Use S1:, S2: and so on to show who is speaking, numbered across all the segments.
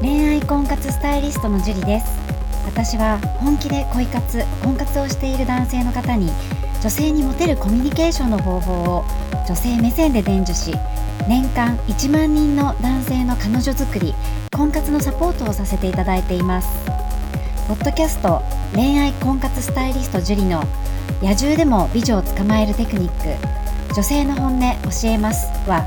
S1: 恋愛婚活スタイリストのジュリです私は本気で恋活婚活をしている男性の方に女性にモテるコミュニケーションの方法を女性目線で伝授し年間1万人の男性の彼女作り婚活のサポートをさせていただいていますポッドキャスト恋愛婚活スタイリストジュリの野獣でも美女を捕まえるテクニック女性の本音教えますは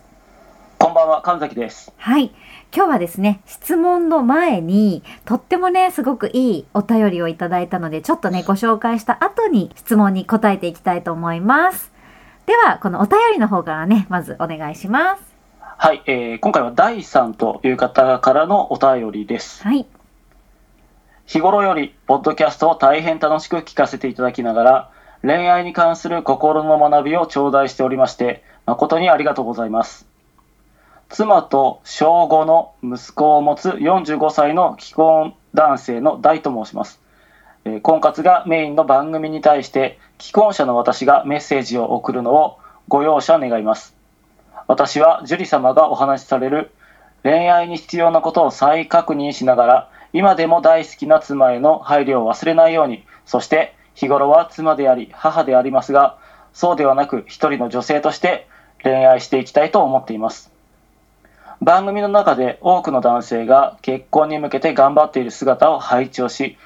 S2: こんばんは、神崎です。
S1: はい。今日はですね、質問の前に、とってもね、すごくいいお便りをいただいたので、ちょっとね、ご紹介した後に質問に答えていきたいと思います。では、このお便りの方からね、まずお願いしま。
S2: はい、えー今回は第さんという方からのお便りですす。
S1: はい。
S2: 日頃より、ポッドキャストを大変楽しく聞かせていただきながら、恋愛に関する心の学びを頂戴しておりまして、誠にありがとうございます。妻と小5の息子を持つ45歳の既婚男性の大と申します。えー婚活がメインの番組に対して、既婚者の私がメッセージを送るのをご容赦願います。私は樹里様がお話しされる恋愛に必要なことを再確認しながら今でも大好きな妻への配慮を忘れないようにそして日頃は妻であり母でありますがそうではなく一人の女性として恋愛していきたいと思っています番組の中で多くの男性が結婚に向けて頑張っている姿を拝聴し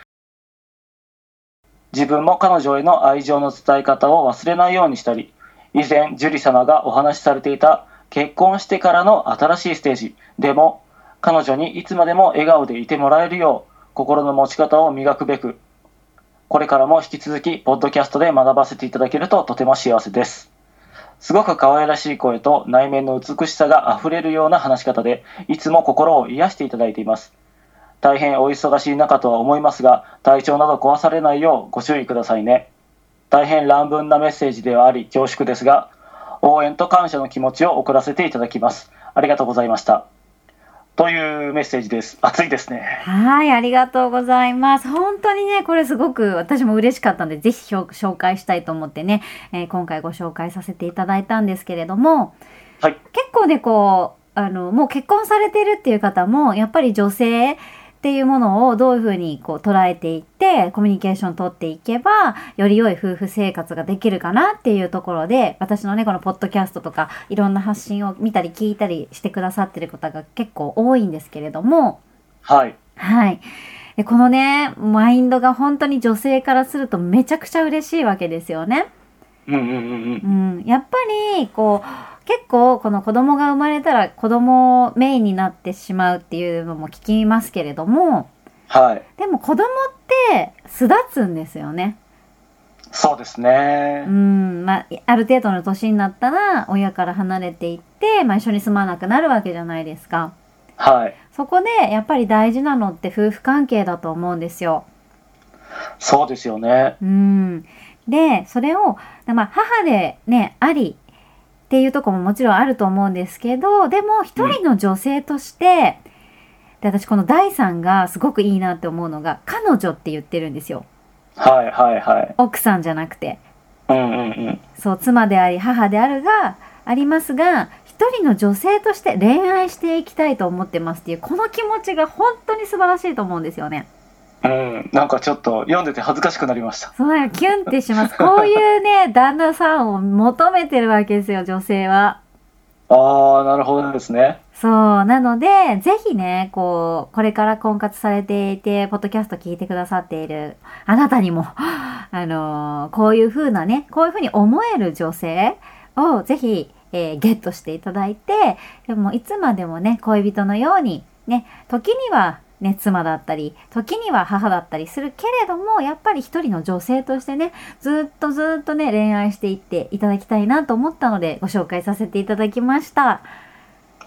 S2: 自分も彼女への愛情の伝え方を忘れないようにしたり以前樹里様がお話しされていた結婚してからの新しいステージでも彼女にいつまでも笑顔でいてもらえるよう心の持ち方を磨くべくこれからも引き続きポッドキャストで学ばせていただけるととても幸せですすごく可愛らしい声と内面の美しさが溢れるような話し方でいつも心を癒していただいています大変お忙しい中とは思いますが体調など壊されないようご注意くださいね大変乱文なメッセージではあり恐縮ですが応援と感謝の気持ちを送らせていただきますありがとうございましたというメッセージです暑いですね
S1: はい、ありがとうございます。本当にね、これすごく私も嬉しかったので、ぜひひょ紹介したいと思ってね、えー今回ご紹介させていただいたんですけれども、
S2: はい
S1: 結構ね、こう、あの、もう結婚されてるっていう方も、やっぱり女性っていうものをどういうふうにこう捉えていって、コミュニケーション取っていけば、より良い夫婦生活ができるかなっていうところで、私のね、このポッドキャストとか、いろんな発信を見たり聞いたりしてくださってる方が結構多いんですけれども、
S2: はい
S1: はい。でこのね、マインドが本当に女性からするとめちゃくちゃ嬉しいわけですよね。
S2: うんうんうんうん
S1: うん。やっぱり、こう、結構この子供が生まれたら子供メインになってしまうっていうのも聞きますけれども、
S2: はい
S1: でも子供って巣立つんですよね。
S2: そうです
S1: う
S2: ね
S1: ん。まあ、ある程度の年になったら親から離れていって、まあ一緒に住まなくなるわけじゃないですか。
S2: はい
S1: そこでやっぱり大事なのって夫婦関係だと思うんですよ。
S2: そうですよね
S1: うん。で、それを、まあ、母でね、ありっていうとこももちろんあると思うんですけど、でも一人の女性として、で私この第三がすごくいいなって思うのが、彼女って言ってるんですよ。
S2: はいはいはい
S1: 奥さんじゃなくて。
S2: うんうんうん
S1: そう、妻であり、母であるが、ありますが、一人の女性として恋愛していきたいと思ってますっていう、この気持ちが本当に素晴らしいと思うんですよね。
S2: うん、なんかちょっと読んでて恥ずかしくなりました。
S1: そうなんかキュンってします。こういうね、旦那さんを求めてるわけですよ、女性は。
S2: ああ、なるほどですね。
S1: そう、なので、ぜひね、こう、これから婚活されていて、ポッドキャスト聞いてくださっているあなたにも、あのーこういう風なね、こういう風に思える女性をぜひ、えーゲットしていただいて、でもいつまでもね、恋人のように、ね、時には、ね、妻だったり、時には母だったりするけれども、やっぱり一人の女性としてね、ずっとずっとね、恋愛していっていただきたいなと思ったので、ご紹介させていただきました。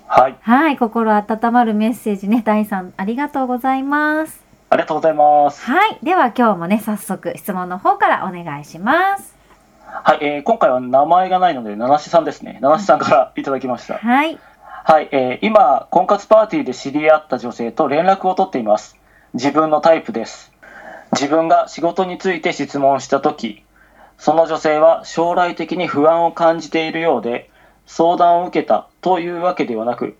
S2: はい。
S1: はい、心温まるメッセージね、第3ありがとうございます。
S2: ありがとうございます。
S1: はい、では今日もね、早速質問の方からお願いします。
S2: はい、えー今回は名前がないので、七七さんですね。七七さんからいただきました。
S1: はい、
S2: はい、えー今、婚活パーティーで知り合った女性と連絡を取っています。自分のタイプです。自分が仕事について質問したとき、その女性は将来的に不安を感じているようで、相談を受けたというわけではなく、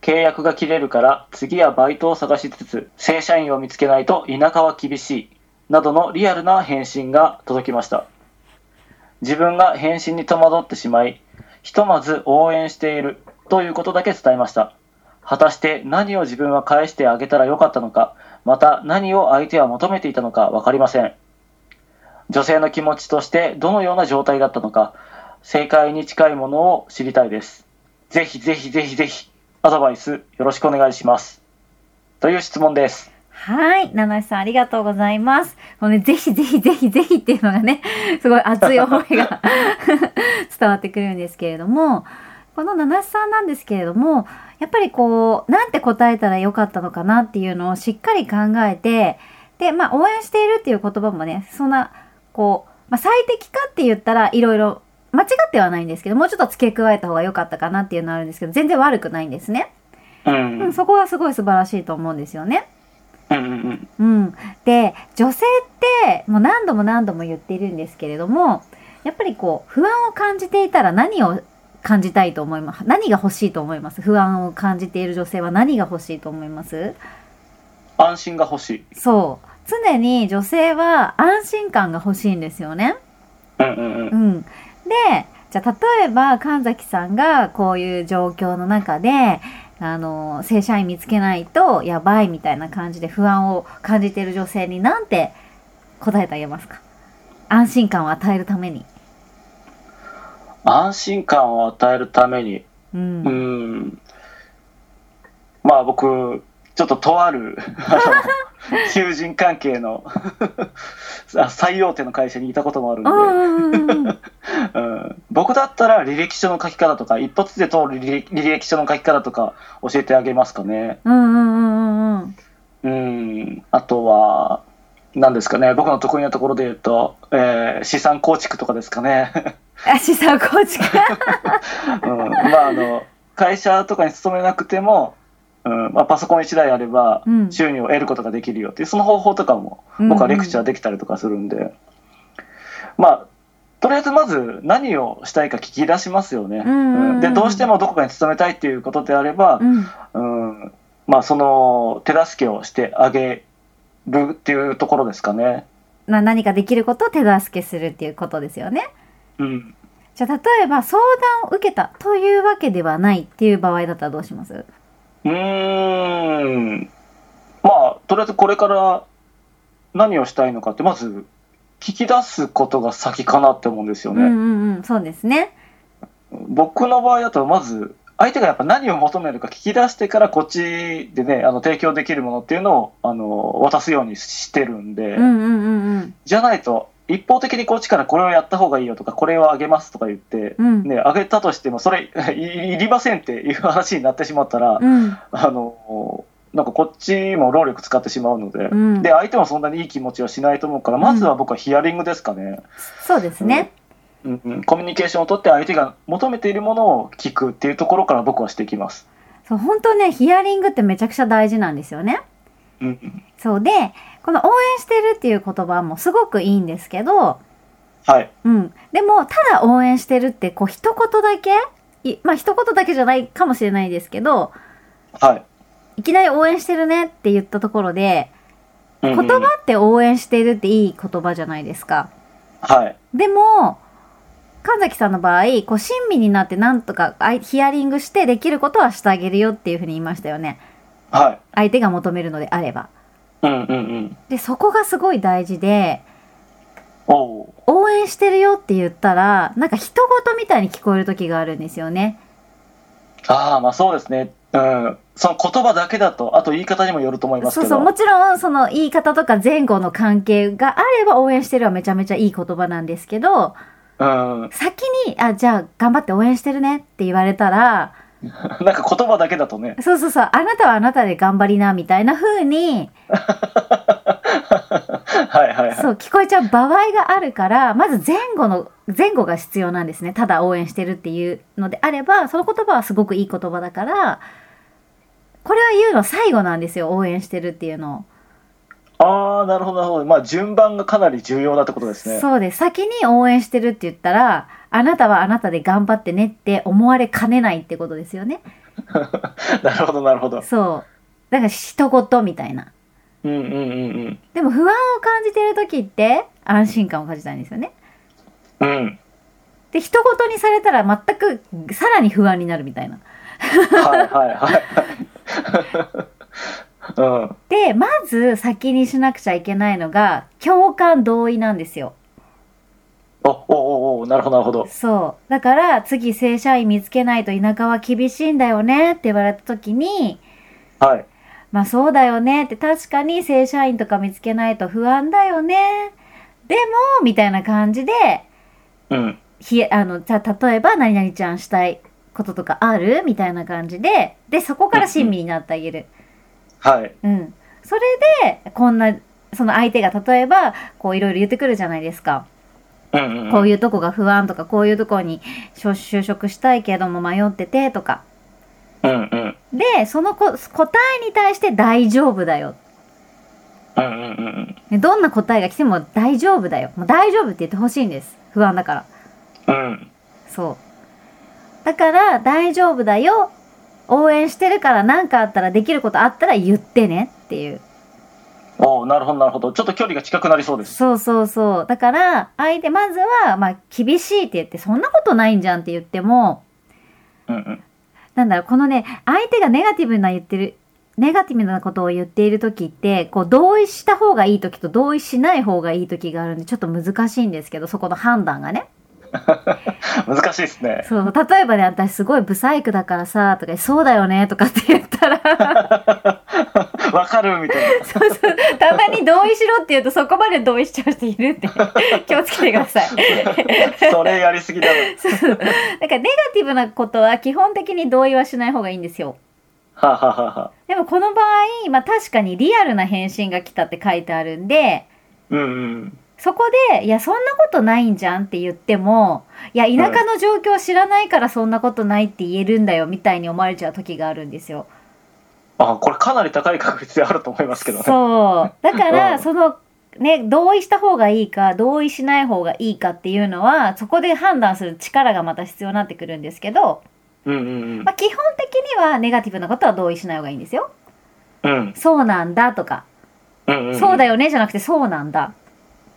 S2: 契約が切れるから次はバイトを探しつつ、正社員を見つけないと田舎は厳しい、などのリアルな返信が届きました。自分が返信に戸惑ってしまい、ひとまず応援しているということだけ伝えました。果たして何を自分は返してあげたらよかったのか、また何を相手は求めていたのか分かりません。女性の気持ちとしてどのような状態だったのか、正解に近いものを知りたいです。ぜひぜひぜひぜひ、アドバイスよろしくお願いします。という質問です。
S1: はい、七七さんありがとうございます。もうね、ぜひぜひぜひぜひっていうのがね、 すごい熱い思いが 伝わってくるんですけれども、この七七さんなんですけれども、やっぱりこう、なんて答えたらよかったのかなっていうのをしっかり考えて、で、まあ、応援しているっていう言葉もね、そんな、こう、まあ、最適化って言ったらいろいろ間違ってはないんですけど、もうちょっと付け加えた方が良かったかなっていうのはあるんですけど、全然悪くないんですね。
S2: うん。
S1: うん、そこはすごい素晴らしいと思うんですよね。
S2: うんうんうん
S1: うん、で女性ってもう何度も何度も言っているんですけれどもやっぱりこう不安を感じていたら何を感じたいと思います何が欲しいと思います不安を感じている女性は何が欲しいと思います
S2: 安心が欲しい。
S1: そう常に女性は安心感が欲しいんですよね。
S2: うんうんうん
S1: うん、でじゃあ例えば神崎さんがこういう状況の中であの正社員見つけないとやばいみたいな感じで不安を感じている女性になんて答えてあげますか安心感を与えるために。
S2: 安心感を与えるために、
S1: うん
S2: うーんまあ僕、ちょっととある あの求人関係の あ最大手の会社にいたこともあるんで、
S1: うんうんうんうん
S2: うん、僕だったら履歴書の書き方とか、一発で通る履歴履歴書の書き方とか教えてあげますかね。
S1: うんうんうんうん
S2: うん、あとは、何ですかね、僕の得意なところで言うと、えー資産構築とかですかね。
S1: あ資産構築
S2: うんまああの会社とかに勤めなくても、うんまあ、パソコン1台あれば
S1: うん
S2: 収入を得ることができるよっていうその方法とかも僕はレクチャーできたりとかするんで、まあとりあえずまず何をしたいか聞き出しますよね。
S1: うんうんうん
S2: うんでどうしてもどこかに勤めたいっていうことであれば、
S1: うん
S2: うんまあ、その手助けをしてあげるっていうところですかね。
S1: な何かできることを手助けするっていうことですよね。
S2: うん、
S1: じゃあ例えば相談を受けたというわけではないっていう場合だったらどうします
S2: うーんまあとりあえずこれから何をしたいのかってまず聞き出すことが先かなって思うんですよ
S1: うん
S2: ね、
S1: うんうん、そうですね。
S2: 僕の場合だとまず相手がやっぱ何を求めるか聞き出してからこっちでねあの提供できるものっていうのをあの渡すようにしてるんで、
S1: うんうんうん
S2: じゃないと一方的にこっちからこれをやった方がいいよとかこれをあげますとか言って
S1: う、ん。うん。
S2: ね、あげたとしてもそれいいりませんっていう話になってしまったら、
S1: うん。
S2: あのなんかこっちも労力使ってしまうので、
S1: うん
S2: で相手もそんなにいい気持ちはしないと思うからまずは僕はヒアリングですかね、
S1: そうですね。
S2: うんうん、コミュニケーションをとって相手が求めているものを聞くっていうところから僕はしていきます。
S1: そう、本当ね、ヒアリングってめちゃくちゃ大事なんですよね。
S2: うん、
S1: そうで、この応援してるっていう言葉もすごくいいんですけど、
S2: はい、
S1: うん。でも、ただ応援してるって、こう、一言だけいまあ、一言だけじゃないかもしれないですけど、
S2: はい、
S1: いきなり応援してるねって言ったところで、
S2: うん
S1: 言
S2: うん
S1: 葉って応援してるっていい言葉じゃないですか。
S2: はい、
S1: でも、神崎さんの場合、こう、親身になってなんとかあいヒアリングしてできることはしてあげるよっていうふうに言いましたよね。
S2: はい。
S1: 相手が求めるのであれば。
S2: うんうんうん。
S1: で、そこがすごい大事で、
S2: おう
S1: 応援してるよって言ったら、なんか人事みたいに聞こえる時があるんですよね。
S2: ああ、まあそうですね。うん。その言葉だけだと、あと言い方にもよると思います
S1: そう
S2: けど。
S1: そう、もちろん、その言い方とか前後の関係があれば応援してるはめちゃめちゃいい言葉なんですけど、
S2: うん。
S1: 先に、あ、じゃあ頑張って応援してるねって言われたら、
S2: なんか言葉だけだとね。
S1: そうそうそう、あなたはあなたで頑張りな、みたいな風に、
S2: はい はいはい。
S1: そう、聞こえちゃう場合があるから、まず前後の、前後が必要なんですね。ただ応援してるっていうのであれば、その言葉はすごくいい言葉だから、これは言うの最後なんですよ、応援してるっていうのを。
S2: ああ、なるほどなるほど。まあ順番がかなり重要だってことですね。
S1: そうです。先に応援してるって言ったら、あなたはあなたで頑張ってねって思われかねないってことですよね。
S2: なるほどなるほど。
S1: そう。だから、一言みたいな。
S2: うんうんうん
S1: でも、不安を感じてる時って、安心感を感じたいんですよね。
S2: うん。うん。
S1: で、一言にされたら全く、さらに不安になるみたいな。
S2: はいはいはい。 うん。
S1: で、まず先にしなくちゃいけないのが、共感同意なんですよ。
S2: おおおおなるほどなるほど。
S1: そう。だから、次正社員見つけないと田舎は厳しいんだよねって言われた時に、
S2: はい。
S1: まあそうだよねって確かに正社員とか見つけないと不安だよね。でも、みたいな感じで、
S2: うん。
S1: ひえ、あの、じゃあ例えば何々ちゃんしたいこととかあるみたいな感じで、で、そこから親身になってあげる。
S2: はい。
S1: うん。それで、こんな、その相手が例えば、こういろいろ言ってくるじゃないですか。
S2: うんうん。
S1: こう
S2: いう。
S1: いうとこが不安とか、こういうとこに就就職したいけども迷っててとか。
S2: うんうん。うん
S1: で、そのこ答えに対して大丈夫だよ。
S2: うんうんうん。
S1: ねどんな答えが来ても大丈夫だよ。もう大丈夫って言ってほしいんです。不安だから。
S2: うん。
S1: そう。だから、大丈夫だよ。応援してるから何かあったらできることあったら言ってねっていう。
S2: おおなるほどなるほど。ちょっと距離が近くなりそうです。
S1: そうそうそう。だから、相手、まずは、まあ、厳しいって言って、そんなことないんじゃんって言っても、
S2: うんうん。
S1: なんだろう、このね、相手がネガティブな言ってる、ネガティブなことを言っている時って、こう、同意した方がいい時と同意しない方がいい時があるんで、ちょっと難しいんですけど、そこの判断がね。
S2: 難しいですね。
S1: そう、例えばね、私すごいブサイクだからさ、とか、そうだよね、とかって言ったら、
S2: わかるみた いな。
S1: そうそう、たまに同意しろって言うと、そこまで同意しちゃう人いるんで、気をつけてください。
S2: それやりすぎだろ。
S1: そうそう。なんかネガティブなことは基本的に同意はしない方がいいんですよ。
S2: はあはあはあはあ。
S1: でもこの場合、まあ確かにリアルな返信が来たって書いてあるんで、
S2: うんうん。
S1: そこで、いや、そんなことないんじゃんって言っても、いや、田舎の状況を知らないからそんなことないって言えるんだよみたいに思われちゃう時があるんですよ。
S2: あ、これかなり高い確率であると思いますけどね。
S1: そう。だか
S2: う
S1: ら、
S2: ん
S1: その、ね、同意した方がいいか、同意しない方がいいかっていうのは、そこで判断する力がまた必要になってくるんですけど、
S2: うんうんうん
S1: まあ、基本的にはネガティブなことは同意しない方がいいんですよ。
S2: うん
S1: そうなんだとか、
S2: うんうん。
S1: そうだ
S2: よ。
S1: よねじゃなくてそうなんだ。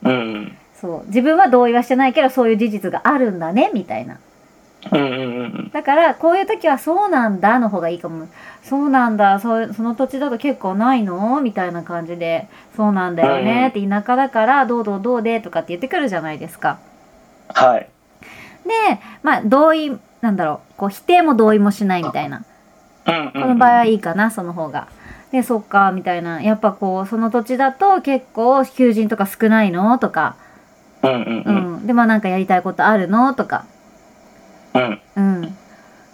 S2: うんうん。
S1: そう。自分は同意はしてないけど、そういう事実があるんだね、みたいな。
S2: うんうんうん
S1: だから、こういう時は、そうなんだの方がいいかも。そうなんだ、そうその土地だと結構ないのみたいな感じで、そうなんだよねって田舎だから、どうどうどうでとかって言ってくるじゃないですか。
S2: はい。
S1: で、まあ、同意、なんだろう、こう、否定も同意もしないみたいな。
S2: うんうん。
S1: この場合はいいかな、その方が。で、そっか、みたいな。やっぱこう、その土地だと結構求人とか少ないのとか。
S2: うんうんう。
S1: うんん。で、まあなんかやりたいことあるのとか。
S2: うん。
S1: うん。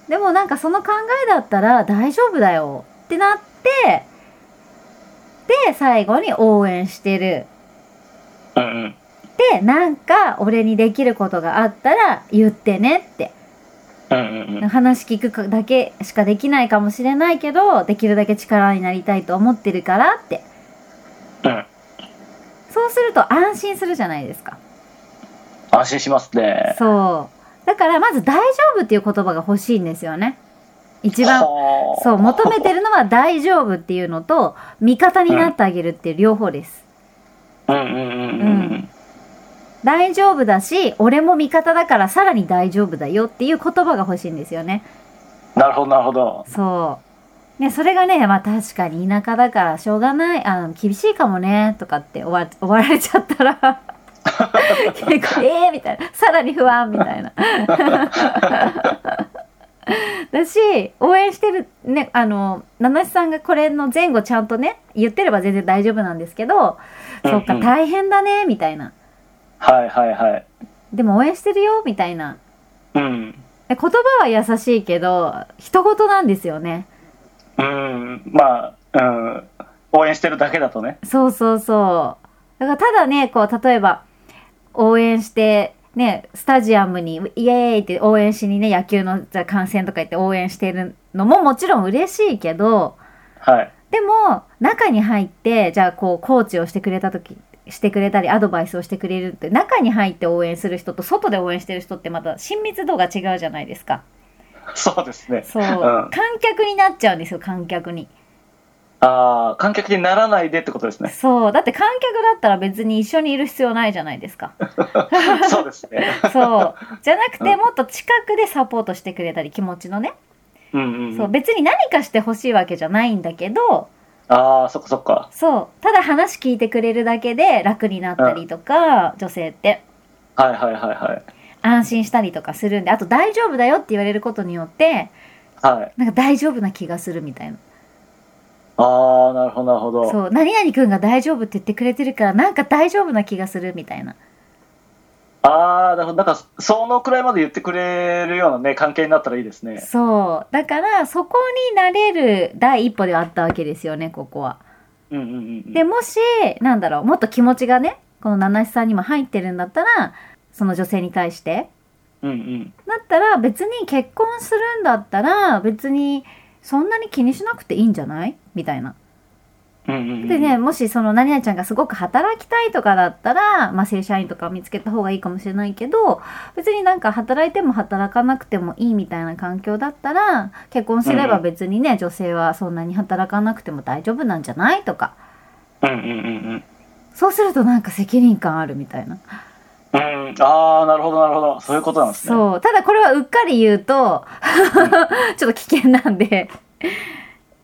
S1: でもなんかその考えだったら大丈夫だよってなって、で、最後に応援してる。
S2: うんうん。
S1: で、なんか俺にできることがあったら言ってねって。
S2: うんうんうん。
S1: 話聞くだけしかできないかもしれないけど、できるだけ力になりたいと思ってるからって。
S2: うん。
S1: そうすると安心するじゃないですか。
S2: 安心しますね。
S1: そう。だからまず大丈夫っていう言葉が欲しいんですよね。一番。
S2: はあ
S1: そう、求めてるのは大丈夫っていうのと、味方になってあげるっていう両方です。
S2: うんうんうんうんうん。
S1: 大丈夫だし、俺も味方だからさらに大丈夫だよっていう言葉が欲しいんですよね。
S2: なるほど、なるほど。
S1: そう。ね、それがね、まあ確かに田舎だからしょうがない、あの、厳しいかもね、とかって終わ終わられちゃった ら、結構、ええー、みたいな、さらに不安、み たいな。だし、応援してる、ね、あの、七七さんがこれの前後ちゃんとね、言ってれば全然大丈夫なんですけど、そっ
S2: うん
S1: か、
S2: うん
S1: 大変だね、みたいな。
S2: はいはいはい。
S1: でも応援してるよ、みたいな。
S2: うん。
S1: で言葉は優しいけど、人事なんですよね。
S2: うん。まあ、うん。応援してるだけだとね。
S1: そうそうそう。だからただね、こう、例えば、応援して、ね、スタジアムに、イエーイって応援しにね、野球のじゃあ観戦とか言って応援してるのももちろん嬉しいけど、
S2: はい。
S1: でも、中に入って、じゃあこう、コーチをしてくれた時、してくれたり、アドバイスをしてくれるって、中に入って応援する人と、外で応援してる人ってまた親密度が違うじゃないですか。
S2: そうですね。
S1: そう。
S2: ん
S1: 観客になっちゃうんですよ、観客に。
S2: ああ、観客にならないでってことです ね。
S1: そう。だって観客だったら別に一緒にいる必要ないじゃないですか。
S2: そうですね。
S1: そう。じゃなくて、
S2: うん
S1: もっと近くでサポートしてくれたり、気持ちのね。
S2: うんうん。
S1: そう、別に何かしてほしいわけじゃないんだけど、
S2: ああ、そっかそっか。
S1: そう、ただ話聞いてくれるだけで楽になったりとか、女性って
S2: はいはいはいはい。
S1: 安心したりとかするんで、あと大丈夫だよって言われることによって、
S2: はい。
S1: なんか大丈夫な気がするみたいな。
S2: ああ、なるほどなるほど。
S1: そう、何々くんが大丈夫って言ってくれてるから、なんか大丈夫な気がするみたいな。
S2: ああ、なるほど。なんか、そのくらいまで言ってくれるようなね、関係になったらいいですね。
S1: そう。だから、そこになれる第一歩ではあったわけですよね、ここは。
S2: うんうんうんうん。
S1: でもしなんだろうもっと気持ちがねこの七七さんにも入ってるんだったらその女性に対して
S2: うんうん。
S1: だったら別に結婚するんだったら別にそんなに気にしなくていいんじゃないみたいな。
S2: うんうんうん。
S1: でね、もしその何々ちゃんがすごく働きたいとかだったら、まあ正社員とか見つけた方がいいかもしれないけど、別になんか働いても働かなくてもいいみたいな環境だったら、結婚すれば別にね、女性はそんなに働かなくても大丈夫なんじゃないとか。
S2: うんうんうん
S1: そうするとなんか責任感あるみたいな。
S2: うん。うん。ああ、なるほどなるほど。そういうことなんですね。
S1: そう。ただこれはうっかり言うと、 ちょっと危険なんで、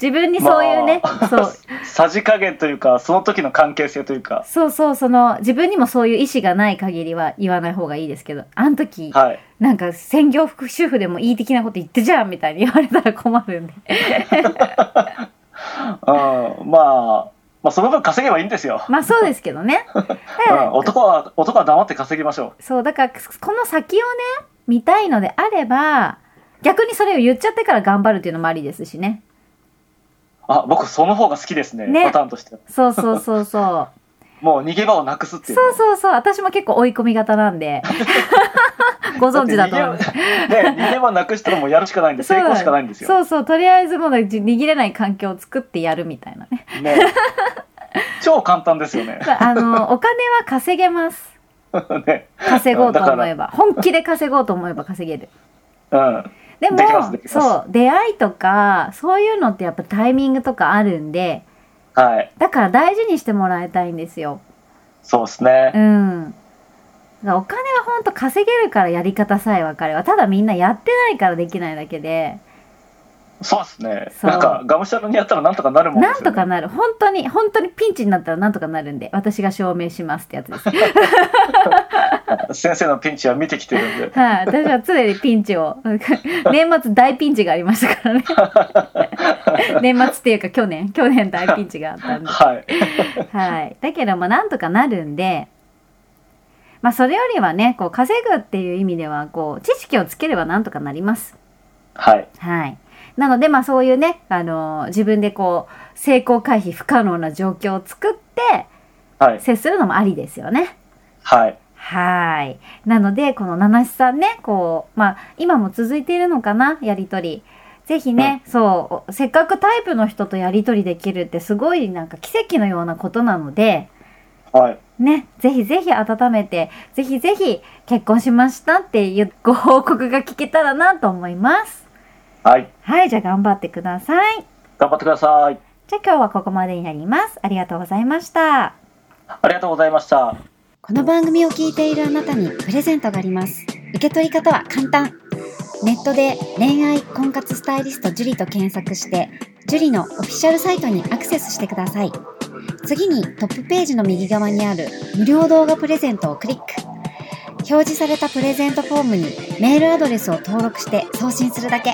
S1: 自分にそういうね、
S2: まあ
S1: そう。
S2: さじ加減というか、その時の関係性というか。
S1: そうそう、その、自分にもそういう意思がない限りは言わない方がいいですけど、あの時、
S2: はい。
S1: なんか専業副主婦でもいい的なこと言ってじゃんみたいに言われたら困るん で。
S2: うん。まあ、まあ、その分稼げばいいんですよ。
S1: まあそうですけどね。で
S2: うん、男は、男は黙って稼ぎましょ
S1: そう、だから、この先をね、見たいのであれば、逆にそれを言っちゃってから頑張るっていうのもありですしね。
S2: う。あ、僕、その方が好きですね。
S1: ね
S2: パターンとしては。
S1: そうそうそうそう。
S2: もう逃げ場をなくすっていうね、
S1: そうそうそう。私も結構追い込み型なん で。ご存知だと思います。
S2: って逃げね、逃げ場なくしたらもうやるしかないん で、
S1: そう
S2: 成
S1: なの
S2: 功しかないんですよ。
S1: そうそう。とりあえずもう握れない環境を作ってやるみたいな ね。
S2: ね、超簡単です よね。
S1: あの、お金は稼げます。
S2: ね
S1: 稼ごうと思えば。本気で稼ごうと思えば稼げる。
S2: うん。
S1: でも
S2: できますできます
S1: そう、出会いとか、そういうのってやっぱタイミングとかあるんで、
S2: はい。
S1: だから大事にしてもらいたいんですよ。
S2: そうですね
S1: う。ん。だからお金は本当稼げるからやり方さえ分かれば、ただみんなやってないからできないだけで、
S2: そうですね。
S1: そう
S2: なんか、がむしゃらにやったらなんとかなるもんで
S1: なん
S2: すよ、
S1: と
S2: ね。
S1: かなる。本当に、本当にピンチになったらなんとかなるんで、私が証明しますってやつです。 はい、
S2: 先生のピンチは見てきてるんで。
S1: 私は常にピンチを。 年末大ピンチがありましたからね。 年末っていうか去年、去年大ピンチがあったんで。
S2: はい。
S1: はい。だけども、なんとかなるんで、まあ、それよりはね、こう、稼ぐっていう意味では、こう、知識をつければなんとかなります。
S2: はい。
S1: はい。なので、まあそういうね、あのー自分でこう、成功回避不可能な状況を作って、
S2: はい。
S1: 接するのもありですよね。
S2: はい。
S1: はい。なので、この七七さんね、こう、まあ、今も続いているのかな、やりとり。ぜひね、そう、おせっかくタイプの人とやりとりできるってすごいなんか奇跡のようなことなので、
S2: はい。
S1: ね、ぜひぜひ温めて、ぜひぜひ結婚しましたっていうご報告が聞けたらなと思います。
S2: はい。
S1: はい、じゃあ頑張ってください。
S2: 頑張ってください。
S1: じゃあ今日はここまでになります。ありがとうございました。
S2: ありがとうございました。
S1: この番組を聞いているあなたにプレゼントがあります。受け取り方は簡単。ネットで恋愛婚活スタイリスト樹と検索して、樹のオフィシャルサイトにアクセスしてください。次にトップページの右側にある無料動画プレゼントをクリック。表示されたプレゼントフォームにメールアドレスを登録して送信するだけ。